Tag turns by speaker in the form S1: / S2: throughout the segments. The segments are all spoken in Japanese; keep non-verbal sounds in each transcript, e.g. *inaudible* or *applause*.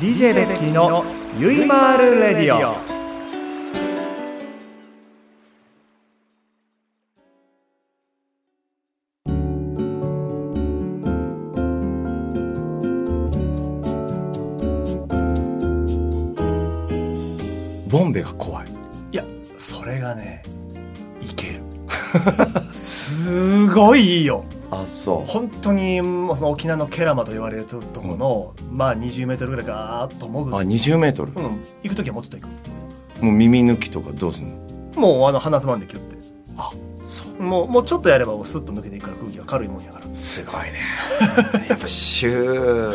S1: DJ ベッキーのゆいまるレディオ
S2: ボンベが怖い
S1: いやそれがねいけるすごいいいよ
S2: あそ
S1: 本当にもうその沖縄のケラマと言われるところの、まあ2 0メートルぐらいガーッと潜
S2: あ
S1: る、
S2: 20メートル
S1: う
S2: も
S1: ん、行く時はもうちょっと行
S2: う耳抜きとかどうすんの
S1: くもうあの鼻つまんでキュって
S2: そう
S1: もうもうちょっとやればもうスッと抜けていくから空気が軽いもんやから
S2: すごいねやっぱ週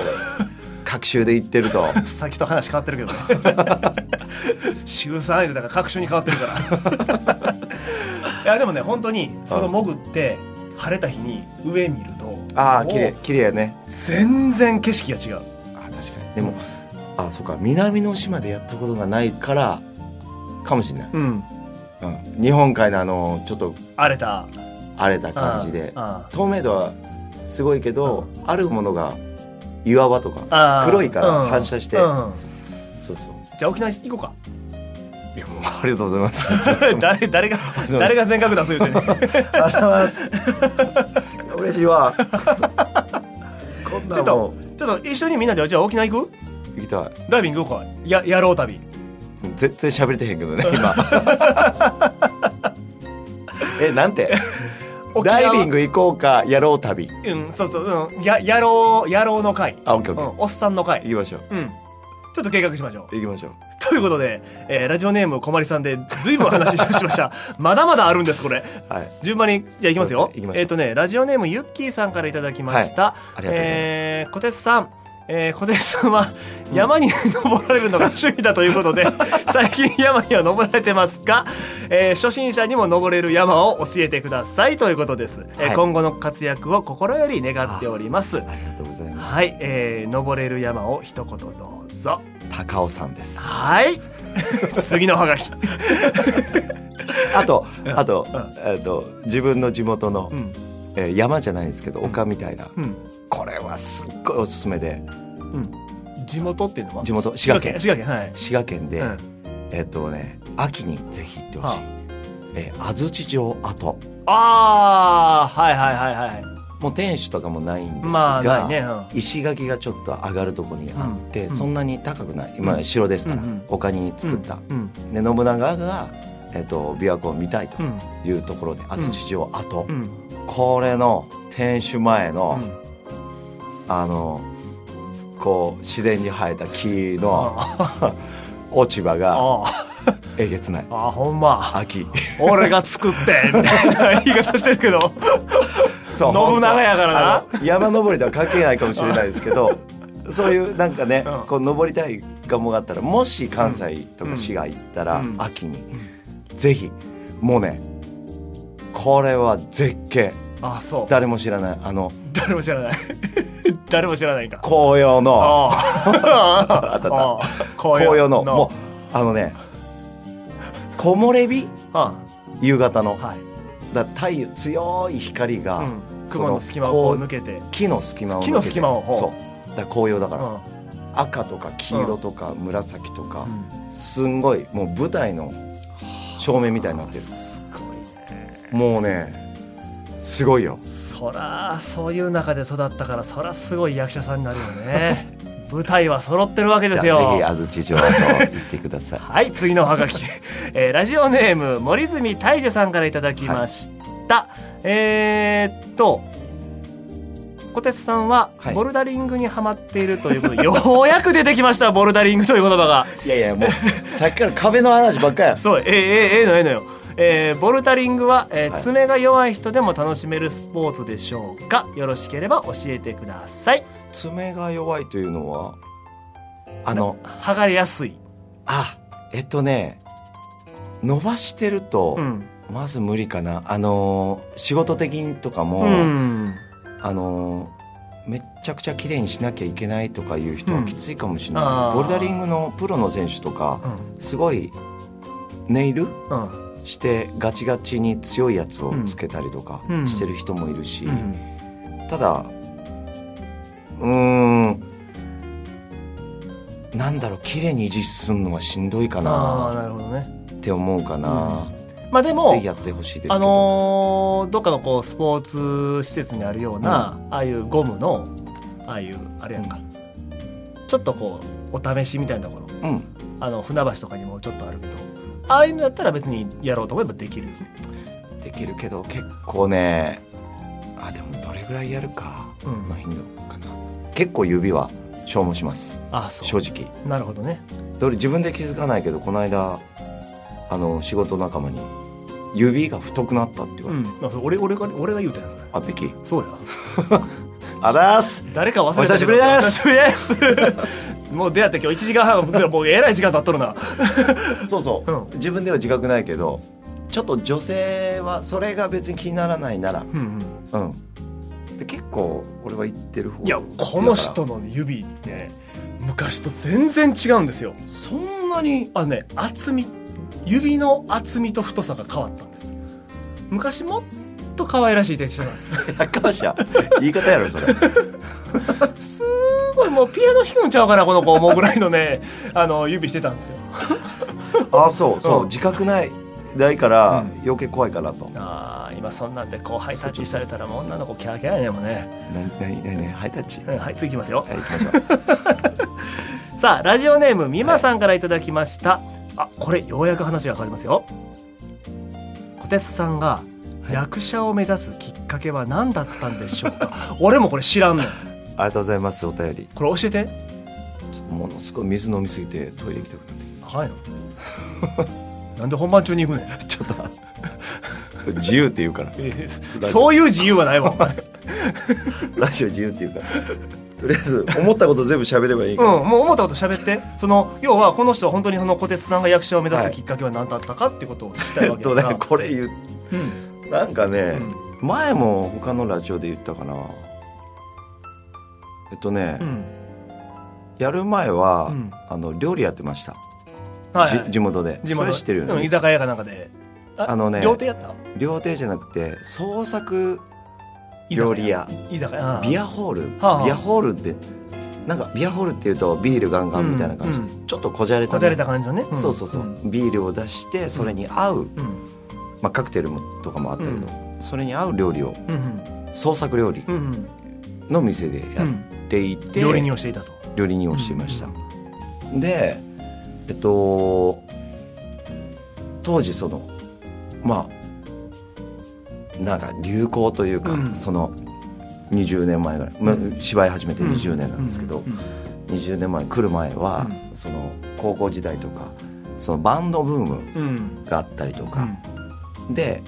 S2: 各週で行ってると *laughs*
S1: 先と話変わってるけどね *laughs* 週3相手だから各種に変わってるからいやでもね本当にその潜って晴れた日に上見ると
S2: ああ
S1: もう
S2: 綺麗綺麗やね
S1: 全然景色が違う
S2: あ確かにでもあそっか南の島でやったことがないからかもしれない、
S1: うん
S2: うん、日本海のあのちょっと
S1: 荒れた
S2: 荒れた感じで
S1: あ
S2: 透明度はすごいけどあるものが岩場とか
S1: あ
S2: 黒いから反射して
S1: うん
S2: そうそう
S1: じゃあ沖縄行こう
S2: *laughs*
S1: か
S2: いやもうありがとうございます
S1: 誰誰が誰が全額出す言うてね
S2: *laughs* 嬉しい *laughs* わこん
S1: ちょっ
S2: なも
S1: と
S2: ん
S1: ちょっと一緒にみんなでじゃあ沖縄行く
S2: 行きたい
S1: ダイビング行こうかややろう旅
S2: 絶対喋れてへんけど
S1: *laughs*
S2: ね今 *laughs* えなんてダイビン
S1: グ
S2: グ行こうかやろう旅
S1: うんそうそう、うん、ややろうやろうの会、
S2: あオッケー
S1: う
S2: オッ
S1: ん
S2: ケー、
S1: おっさんの会
S2: 行きましょう
S1: うん。ちょっと計画しましょう。
S2: 行きましょう
S1: ということで、えーラジオネームこまりさんで随分話しました。 *laughs* まだまだあるんです、これ。
S2: はい
S1: 順番に、じゃあいきますよ。
S2: そうですね行きましょう
S1: えっ、とね、ラジオネームゆっきーさんからいただきました。
S2: ありがとうございます
S1: えー、小鉄さん。えー、小鉄さんは山に登られるのが趣味だという
S2: *laughs*
S1: ことで、最近山には登られてますか、えー、初心者にも登れる山を教えてくださいということです、えー
S2: はい
S1: 今後の活躍を心より願っております
S2: ありがとうございます
S1: はい、えー、登れる山を一言どうぞ。
S2: 高尾さんです
S1: はい。次のハガキ。
S2: あとあと
S1: うん
S2: えっと自分の地元の
S1: うん。
S2: えー山じゃないんですけど
S1: ん
S2: 丘みたいな
S1: うん。
S2: これはすっごいおすすめで
S1: うん。地元っていうのは
S2: 地元滋賀県
S1: 滋賀県。滋賀県
S2: 滋賀県で
S1: はい。
S2: えっとね秋にぜひ行ってほしい
S1: は
S2: えー安土城跡
S1: うん、ああ、はいはいはいはい。
S2: もう天守とかもないんですが、
S1: まあ、ないね。うん
S2: 石垣がちょっと上がるところにあって、
S1: うん
S2: そんなに高くない、まあ、城ですから、
S1: うんうん
S2: 丘に作った、
S1: うん。
S2: で信長が、えっと琵琶湖を見たいと
S1: うん。
S2: いうところで安土城跡、
S1: うん。
S2: これの天守前
S1: う
S2: の、
S1: ん。
S2: あのこう自然に生えた木の
S1: あ
S2: 落ち葉
S1: あ
S2: が
S1: あ
S2: えげつない
S1: あ、あほんま。
S2: 秋
S1: 俺が作って、みたいな言い方してるけど。
S2: そう
S1: 信長やからな
S2: 本当あの山登りとは関係ないかもしれないですけど
S1: *laughs*
S2: そういうなんかね、
S1: うん
S2: こう登りたい願望があったらもし関西とか滋賀行ったら、
S1: うん
S2: 秋に、ぜひもうねこれは絶景
S1: *laughs* あそう。
S2: 誰も知らないあの
S1: 誰も知らない。 *laughs* 誰も知らないか。
S2: 紅葉の
S1: ああ。
S2: あたた
S1: ああ紅
S2: 紅葉のもうあのね木漏れ日
S1: う。は
S2: 夕方の
S1: い。はい。
S2: だから太陽強い光が、
S1: うん。
S2: そ
S1: 雲の隙間をこう抜けて。
S2: 木の隙間を抜けて
S1: 木の隙間をほう
S2: そうだから紅葉だか
S1: う
S2: ら、
S1: ん。
S2: 赤とか黄色とか紫とか、
S1: うん
S2: すんごいもう舞台の照明みたいになってる
S1: すごいね
S2: もうねすごいよ
S1: そらそういう中で育ったからそらすごい役者さんになるよね
S2: *laughs*
S1: 舞台は揃ってるわけです
S2: じ
S1: よ
S2: ゃあぜひ安土城と行ってください
S1: はい次のおはがき、えーラジオネーム森住泰治さんからいただきました、えー、っと小鉄さんは
S2: はい
S1: ボルダリングにはまっているということで、 *laughs* ようやく出てきましたボルダリングという言葉が
S2: *laughs* いやいやもう *laughs* さっきから壁の話ばっかや
S1: そう、ええええええのええのよ。えーボルタリングは、えー
S2: はい
S1: 爪が弱い人でも楽しめるスポーツでしょうかよろしければ教えてください
S2: 爪が弱いというのはあの
S1: 剥がれやすい、
S2: あえっとね伸ばしてると、
S1: うん
S2: まず無理かなあのー仕事的にとかも、
S1: うん、
S2: あのーめっちゃくちゃ綺麗にしなきゃいけないとかいう人
S1: う
S2: は
S1: ん
S2: きついかもしれない、
S1: あー
S2: ボルダリングのプロの選手とか
S1: うん
S2: すごいネイル
S1: うん
S2: してガチガチに強いやつをつけたりとか
S1: うん
S2: してる人もいるし、
S1: うん
S2: ただうーんなんだろう綺麗に維持するのはしんどいか
S1: ああ
S2: な
S1: なるほどね
S2: って思うかな、
S1: まあで
S2: ぜ
S1: も
S2: ひやってほしいですけど
S1: あのーどっかのこうスポーツ施設にあるような、ああいうゴムのああいうあれやんか、ちょっとこうお試しみたいなところ
S2: うん
S1: あの船橋とかにもちょっとあるけどああいうのやったら別にやろうと思えばできる
S2: できるけど結構ねあでもどれぐらいやるか
S1: うん
S2: の頻度かな、結構指は消耗します
S1: ああそ
S2: 正
S1: う
S2: 直
S1: なるほどね
S2: どれ自分で気づかないけどこの間あの仕事仲間に指が太くなったって言わ
S1: う
S2: れて、
S1: んあそれ俺俺が俺が言うたやつだ
S2: あべき
S1: そうや
S2: あざーす
S1: 誰か忘れたけど
S2: お久しぶりです
S1: お久しぶりですもう出会って今日1時間半僕らもうえらい時間経っとるな
S2: そうそう、
S1: うん
S2: 自分では自覚ないけどちょっと女性はそれが別に気にならないな
S1: *laughs*
S2: ら
S1: うんうん
S2: うんで結構俺は言ってる方
S1: いやこの人の指ね昔と全然違うんですよ
S2: そんなに
S1: あのね厚み指の厚みと太さが変わったんです昔もっと可愛らしい手してたんです
S2: やかましや言い方やろそれ
S1: *laughs* すごいもうピアノ弾くんちゃうかなこの子思うぐらいのね *laughs* あの指してたんですよ
S2: あそうそう、
S1: うん
S2: 自覚ないないから、
S1: うん
S2: 余計怖いかなと
S1: あー今そんなんで後輩タッチされたらもう女の子キャーキャーやねもうね、
S2: なになになにハイタッチ
S1: うん、はい次いきますよ
S2: はい行きまし *laughs* ょう
S1: さあラジオネームみまさんからいただきました、あこれようやく話が変わりますよ小鉄さんが役者を目指すきっかけは何だったんでしょうか *laughs* 俺もこれ知らんの
S2: ありがとうございますお便り
S1: これ教えて
S2: ちょっとものすごい水飲みすぎてトイレ行きたくなって
S1: あかんよ *laughs* なんで本番中に行くねん
S2: きたちょっと自由って言うから
S1: えーそういう自由 *laughs* はないわお前
S2: ラジオ自由って言うからとりあえず思ったこと全部喋ればいいから、
S1: うんもう思ったこと喋ってその要はこの人は本当にその小鉄さんが役者を目指すきっかけは何だったかってことを聞きたい
S2: え
S1: わ
S2: っ
S1: けだ
S2: と
S1: から、
S2: ねこれ言う
S1: うん
S2: なんかね、
S1: うん
S2: 前も他のラジオで言ったかなえっとね、
S1: うん
S2: やる前は、
S1: うん
S2: あの料理やってました、
S1: はいはい
S2: じ地元で
S1: 地元
S2: それ知ってるよ
S1: うん居
S2: ね
S1: 酒屋かなんかであ
S2: あのね
S1: 料亭やった
S2: 料亭じゃなくて創作料理屋
S1: 居酒屋
S2: ビアホール、
S1: はあはあ
S2: ビアホールってなんかビアホールっていうとビールガンガンみたいな感じ、
S1: うんうん
S2: ちょっとこじゃれたね、
S1: こじゃれた感じのね、ん
S2: そうそうそう、
S1: ん
S2: ビールを出してそれに合う、
S1: うん
S2: まあ、カクテルもとかもあったけど、それに合う料理を
S1: うん
S2: 創作料理
S1: うんうん
S2: の店でやっていて、
S1: 料理人をしていたと
S2: 料理人をしていました、でえっと当時そのまあなんか流行というか、
S1: うん
S2: その20年前ぐらい、まあ
S1: うん
S2: 芝居始めて20年なんですけど、
S1: うん
S2: 20年前来る前は、その高校時代とかそのバンドブーム
S1: うんうん
S2: があったりと
S1: う
S2: か、
S1: ん
S2: で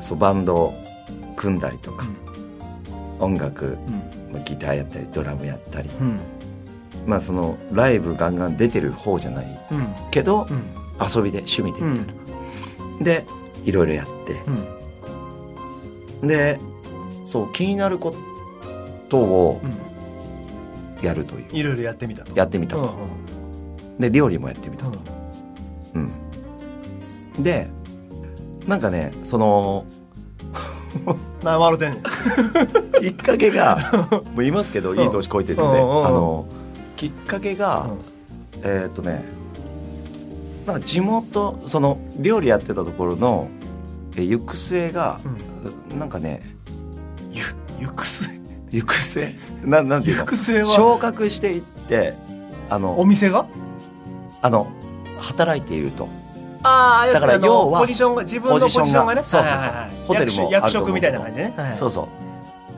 S2: そうバンドを組んだりとか、音楽、まあギターやったりドラムやったり、
S1: うん
S2: まあ、そのライブガンガン出てる方じゃない
S1: うんうん
S2: けど、
S1: うん
S2: 遊びで趣味で
S1: う
S2: み
S1: ん
S2: たいな、でいろいろやって
S1: うん
S2: でそう気になることを
S1: うん
S2: やるという、
S1: いろいろやってみたと
S2: やってみた
S1: うん
S2: と、で料理もやってみたと、うんでなんかねその
S1: うんな笑うてんねん
S2: きっか
S1: *laughs*
S2: けがもういますけど、いい年こいてるんで、
S1: うんうんうん
S2: あのきっかけが、えーっとねなんか地元その料理やってたところのえ行く末が
S1: う、ん
S2: なんかね
S1: ゆゆくす
S2: 行く末 *laughs* ななんてい
S1: ゆ
S2: うの
S1: くすえは
S2: 昇格していってあ
S1: お
S2: の
S1: 店が
S2: あの働いていると
S1: ああ
S2: だから要は
S1: ポジションが自分のポジションがね
S2: ポジションがそうそうそ
S1: は
S2: う
S1: いはいはい
S2: ホテルも
S1: 役職役
S2: あると思うけ
S1: 職
S2: ど
S1: みたいな感じでね
S2: そううそう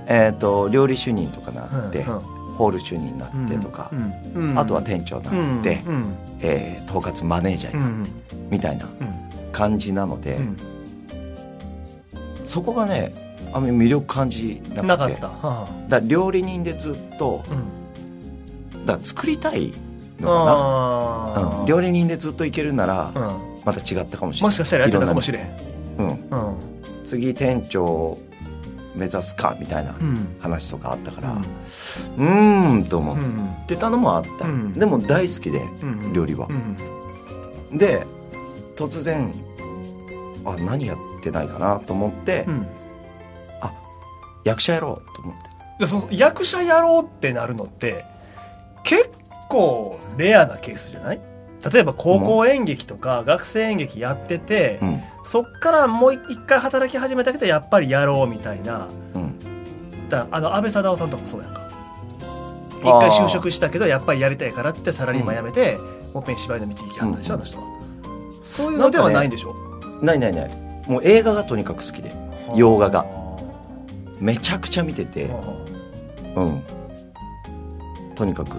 S2: えっ、と料理主任とかなって、
S1: ん
S2: ホール主任になってとか、
S1: うんうん
S2: あとは店長になって、
S1: うんうん
S2: えー統括マネージャー
S1: う
S2: に
S1: ん
S2: なるみたいな
S1: うん
S2: 感じなので、
S1: うん
S2: そこがねあんまり魅力感じなくて
S1: なかっ
S2: だ
S1: たは
S2: ら料理人でずっと
S1: あうん
S2: だから作りたいのかな、
S1: あ
S2: うん
S1: ー
S2: 料理人でずっといけるなら、
S1: うん
S2: また違ったかもしれない
S1: もしかしたらやってたかもしれん
S2: いろんなうん
S1: うん
S2: 次店長を目指すかみたいな、
S1: うん
S2: 話とかあったから
S1: うん
S2: うーんと
S1: う
S2: 思っ
S1: ん
S2: てたのもあった、
S1: うん
S2: でも大好きで、
S1: うん
S2: 料理は
S1: うん
S2: で突然あ何やってないかなと思って、
S1: うん
S2: 役者やろうと思って
S1: じゃあその役者やろうってなるのって結構レアなケースじゃない例えば高校演劇とか学生演劇やってて、
S2: うん
S1: そっからもう一回働き始めたけどやっぱりやろうみたいな
S2: うん
S1: だあの安倍貞夫さんとかもそうやんか一
S2: あー
S1: 回就職したけどやっぱりやりたいからって言ってサラリーマン辞めて、もっぺん芝居の道行きはったでしょ、
S2: うん
S1: あの人はそういうのではないんでしょ、
S2: ないないないもう映画がとにかく好きで洋画がめちゃくちゃ見てて
S1: はあは
S2: うんとにかく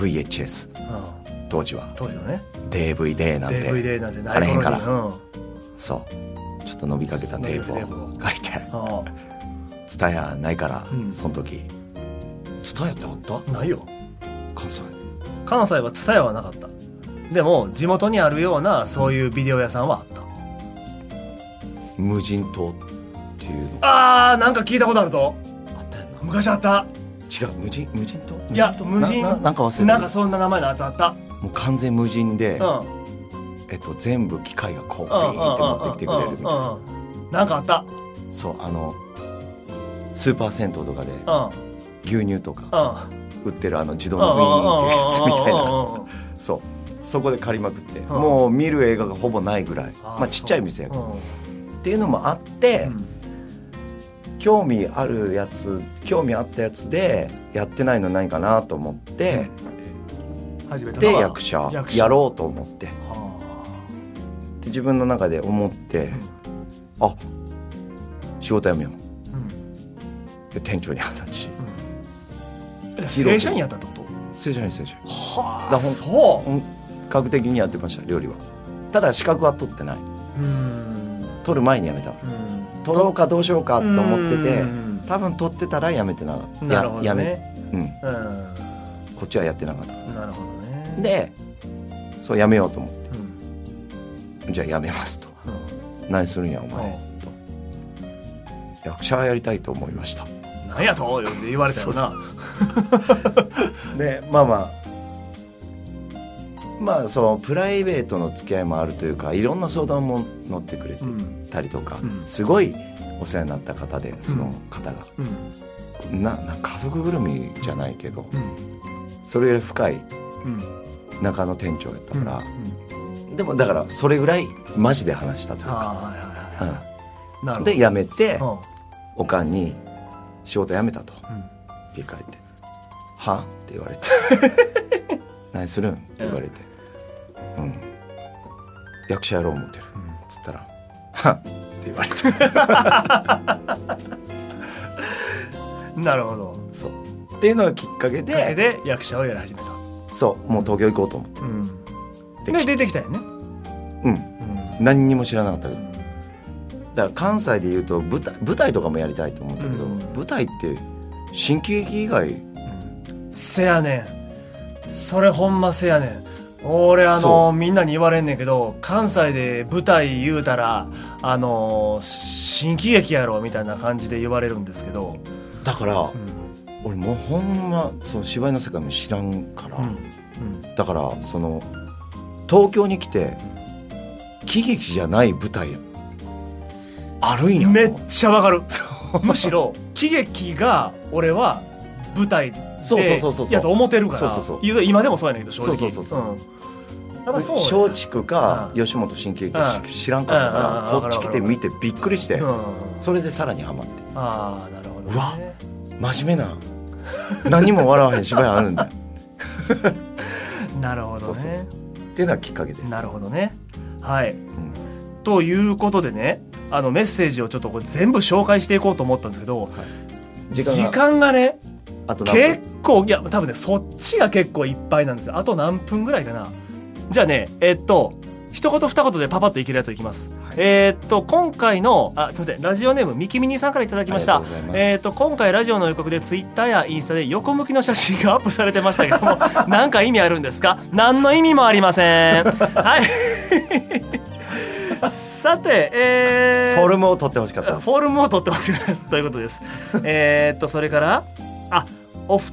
S2: VHS
S1: あはあ
S2: 当時は
S1: 当時のね
S2: DVD なんて
S1: DVD なんてない
S2: あれへんから
S1: 頃にうん
S2: そうちょっと伸びかけたテープ
S1: 伸びかけたテープ
S2: を
S1: を
S2: 借りて
S1: あ
S2: 蔦屋ないから、
S1: うん
S2: その時蔦屋ってあった
S1: あないよ
S2: 関西
S1: 関西は津屋はなかったでも地元にあるようなそういうビデオ屋さんはあった
S2: 無人島っていうの
S1: あーなんか聞いたことあるぞ
S2: あったやんな
S1: 昔あった
S2: 違う無人無人島
S1: いや無人
S2: なななんか忘れてる
S1: なんかそんな名前のやつあった
S2: もう完全無人で、
S1: うん
S2: えっと、全部機械がこう
S1: うんうんうんうんうん
S2: ピーって持ってきてくれるみたいな
S1: なんかあった
S2: そうあのスーパー銭湯とかで
S1: うん
S2: 牛乳とか
S1: うん
S2: 売ってるあの自動
S1: うんう
S2: のウィーンっていうやつみたい
S1: ん
S2: な
S1: うんうんうん
S2: そうそこで借りまくって
S1: ん
S2: もう見る映画がほぼないぐらい
S1: あー
S2: まあちっちゃい店やけ
S1: う
S2: ど
S1: ん
S2: っていうのもあって興味あるやつ興味あったやつでやってないの何かなと思って
S1: 始めたの
S2: で
S1: は
S2: 役者
S1: 役
S2: やろうと思って
S1: は
S2: で自分の中で思ってあ仕事辞めよう
S1: あうん
S2: で店長に話し
S1: うんえ
S2: 広く
S1: 正社員やったってこと
S2: 正社員正社員
S1: は
S2: だ
S1: あ
S2: ほん
S1: そ
S2: 本格的にやってました料理はただ資格は取ってないう
S1: うん
S2: 取る前に辞めたわ
S1: うん
S2: 取ろうかどうしようかと思ってて
S1: うん
S2: 多分取ってたら辞めてなかった
S1: なるほ
S2: や
S1: ど
S2: 辞め
S1: ね
S2: う
S1: う
S2: ん
S1: ん
S2: こっちはやってなかった
S1: なるほどね
S2: でそう辞めようと思っ
S1: うん
S2: てじゃあ辞めますと
S1: うん
S2: 何するんやお前
S1: う
S2: と役者やりたいと思いました
S1: なんやと言われたよな
S2: でまあまあまあそのプライベートの付き合いもあるというかいろんな相談も乗ってくれて
S1: うん
S2: たりとか、
S1: うん
S2: すごいお世話になった方でその方が、
S1: うん
S2: なな家族ぐるみじゃないけど、
S1: うん
S2: それより深い
S1: うん
S2: 中野店長やったから、
S1: うん
S2: でもだからそれぐらいマジで話したという
S1: あ
S2: か、
S1: あはいはいはい
S2: うん
S1: なるほど
S2: で辞めて、
S1: うん
S2: おかんに「仕事辞めた」と
S1: うん
S2: 家帰って「は?」って言
S1: *laughs*
S2: われて「何するん?」って言われて「うん役者やろう思ってる」つったら「はっ」って言われて
S1: なるほど。
S2: そうっていうのがきっかけ
S1: で、
S2: で
S1: で役者をやり始めた。
S2: そうもう東京行こうと思って
S1: うん。
S2: で
S1: で、
S2: き
S1: 出てきたよね。
S2: う
S1: う
S2: ん
S1: ん。
S2: 何にも知らなかったけどだから関西で言うと舞台舞台とかもやりたいと思ったけど、
S1: うん
S2: 舞台って新喜劇以外
S1: せやねん。それほんませやねん。俺あ
S2: そ
S1: のみんなに言われんねんけど関西で舞台言うたらあの新喜劇やろみたいな感じで言われるんですけど、
S2: だから、
S1: うん
S2: 俺もうほんまその芝居の世界も知らんから、
S1: うん
S2: だからその東京に来て喜劇じゃない舞台あるんや
S1: うん、
S2: ん
S1: めっちゃわかるむしろ喜劇が俺は舞台で
S2: そうそうそうそうそう
S1: やと思ってるから
S2: そうそうそう
S1: 言う今でもそうやねんけど正直
S2: そうそうそうそ
S1: うん、やっぱそうやね
S2: 松竹か
S1: うん
S2: 吉本新喜劇し
S1: うん
S2: 知らんかったか
S1: うん
S2: らこっち来て見てびっくりして
S1: うん、
S2: それでさらにハマって
S1: ああなるほど、ね、
S2: うわ真面目な何も笑わへん芝居あるんだよ
S1: なるほどね
S2: そうそうそうっていうのがきっかけです
S1: なるほどねはい、
S2: ん
S1: ということでねあのメッセージをちょっとこれ全部紹介していこうと思ったんですけど
S2: 時
S1: 時
S2: 間
S1: 間が
S2: が
S1: ね
S2: あと何
S1: 結構いや多分ねそっちが結構いっぱいなんですよあと何分ぐらいかなじゃあねえっと一言二言でパパッといけるやついきます、
S2: はい
S1: えっと今回のあすいませんラジオネームみきみにさんからいただきました
S2: ありがとうございます
S1: えっと今回ラジオの予告でツイッターやインスタで横向きの写真がアッ *laughs* プされてましたけど
S2: *laughs*
S1: もなんか意味あるんですか何の意味もありません
S2: *laughs*
S1: はいさてえー
S2: フォルムを取ってほしかったです
S1: フォルムを取ってほしいです。ということ
S2: *laughs*
S1: です。えーっと、それから、あ、お二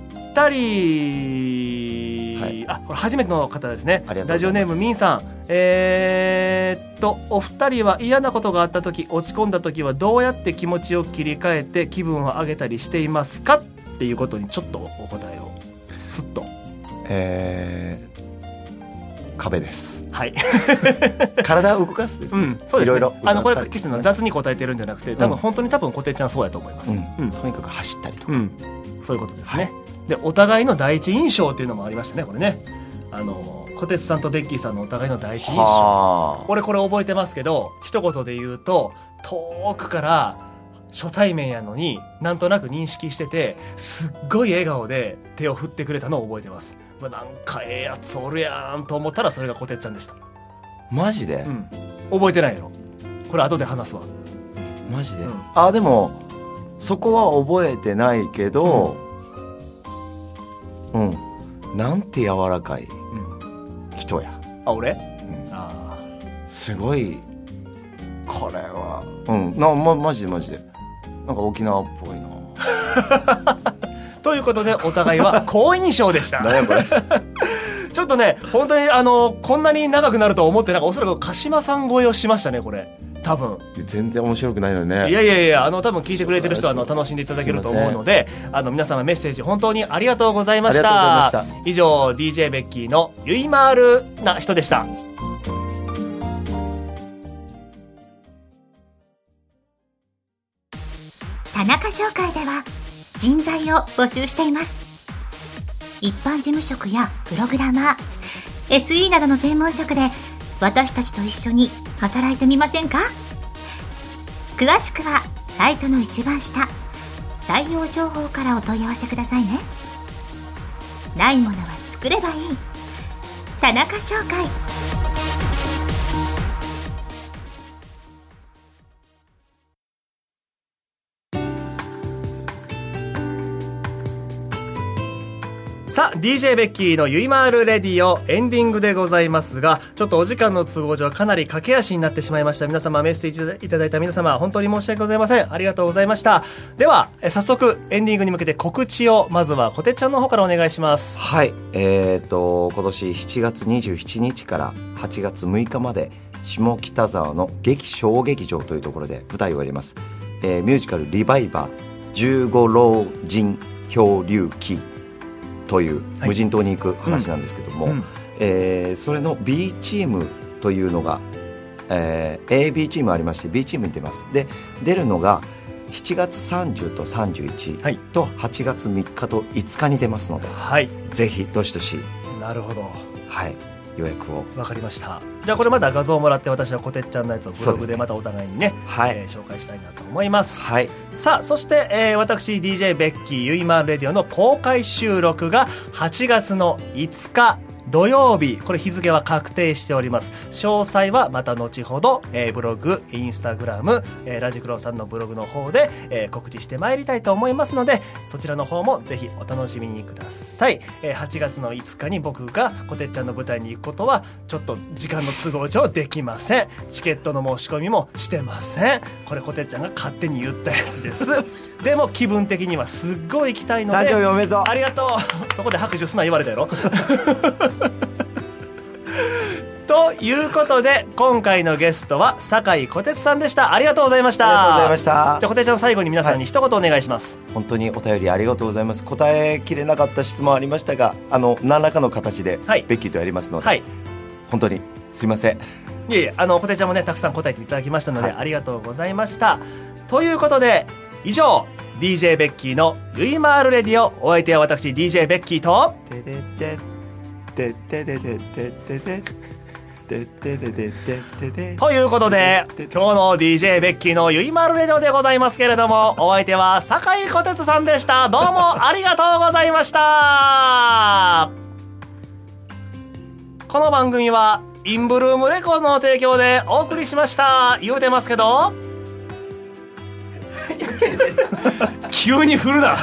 S1: 人、
S2: はい
S1: あ、これ初めての方ですね。
S2: ありがとうございます
S1: ラジオネームみんさん。えーっと、お二人は嫌なことがあった時、落ち込んだ時はどうやって気持ちを切り替えて気分を上げたりしていますかっていうことにちょっとお答えを。すっと。
S2: えー壁です。
S1: はい。
S2: 体を動かすです
S1: う
S2: ね。
S1: ん、そうですね。
S2: いろいろ
S1: あのこれ
S2: 歌ったりとかね
S1: 決して雑に答えてるんじゃなくて、多分本当に多分小手ちゃんそうやと思います。
S2: う
S1: うんん、
S2: とにかく走ったりと
S1: う
S2: か。
S1: ん、そういうことですね。
S2: はい
S1: でお互いの第一印象っていうのもありましたね。これね、あの小鉄さんとベッキーさんのお互いの第一印象。
S2: はあ
S1: 俺これ覚えてますけど、一言で言うと遠くから。初対面やのになんとなく認識しててすっごい笑顔で手を振ってくれたのを覚えてますうわなんかええやつおるやんと思ったらそれがこてっちゃんでした
S2: マジで
S1: う、ん、覚えてないやろこれ後で話すわ
S2: マジで。
S1: うん
S2: あでもそこは覚えてないけど、うん、なんて柔らかい
S1: うん
S2: 人や。
S1: あ俺、
S2: ん
S1: あ
S2: すごいこれはうんなまマジでマジでなんか沖縄っぽいな
S1: ーということでお互い
S2: *laughs*
S1: は好印象でした
S2: 何やこ
S1: *laughs*
S2: れ
S1: ちょっとね本当にあのこんなに長くなるとは思ってなんかおそらく鹿島さん超えをしましたねこれ多分
S2: *laughs* 全然面白くないのにね
S1: いやいやいやあの多分聞いてくれてる人はあの楽しんでいただけると思うのであの皆様メッセージ本当にありがとうございました
S2: ありがとうござ
S1: 以上 DJ ベッキーのゆいまーるな人でした
S3: 田中商会では人材を募集しています一般事務職やプログラマー SE などの専門職で私たちと一緒に働いてみませんか詳しくはサイトの一番下採用情報からお問い合わせくださいねないものは作ればいい田中商会
S1: さあ DJ ベッキーのゆいまーるレディオエンディングでございますがちょっとお時間の都合上かなり駆け足になってしまいました皆様メッセージいただいた皆様本当に申し訳ございませんありがとうございましたではえ早速エンディングに向けて告知をまずはこてっちゃんの方からお願いします
S2: はいえっ、と今年7月27日から8月6日まで下北沢の劇小劇場というところで舞台をやります、えーミュージカル「リバイバー15老人漂流記」という
S1: はい
S2: 無人島に行く話なんですけども、
S1: うん
S2: えーそれの B チームというのが、えー AB チームありまして B チームに出ますで出るのが7月30と
S1: はい
S2: 31と8月3日と5日に出ますので、
S1: はい
S2: ぜひどしどし、
S1: なるほど
S2: はい、予約を、
S1: わかりましたじゃあこれまだ画像をもらって私はこてっちゃんのやつをブログでまたお互いにね
S2: は
S1: え
S2: い
S1: ー紹介したいなと思います
S2: はい、
S1: さあそして、えー私 DJ ベッキーゆいまんレディオの公開収録が8月の5日土曜日これ日付は確定しております詳細はまた後ほど、えーブログインスタグラム、えーラジクロさんのブログの方で、えー告知してまいりたいと思いますのでそちらの方もぜひお楽しみにください、えー8月の5日に僕がこてっちゃんの舞台に行くことはちょっと時間の都合上できませんチケットの申し込みもしてませんこれこてっちゃんが勝手に言ったやつです
S2: *laughs*
S1: でも気分的にはすっごい行きたいの
S2: 誕
S1: で
S2: 生日おめでとう
S1: ありがとうそこで拍手すな言われたやろ *laughs* ということで今回のゲストは酒井小鉄さんでしたありがとうございました
S2: ありがとうございまし
S1: じ
S2: た
S1: ゃあ小鉄ちゃんの最後に皆さんに一言お願いします、
S2: 本当にお便りありがとうございます答えきれなかった質問ありましたがあの何らかの形で
S1: はい
S2: ベッキーとやりますので、
S1: はい
S2: 本当にすいません
S1: いえいえあの小手ちゃんもねたくさん答えていただきましたので、
S2: はい
S1: ありがとうございましたということで以上 DJ ベッキーの「ゆいまーるレディオ」お相手は私 DJ ベッキーと
S2: てでてててててててててててててて
S1: ということで今日の DJ ベッキーの「ゆいまーるレディオ」でございますけれどもお相手は酒井小鉄さんでしたどうもありがとうございましたこの番組はインブルームレコードの提供でお送りしました言うてますけど *laughs* 急に振るな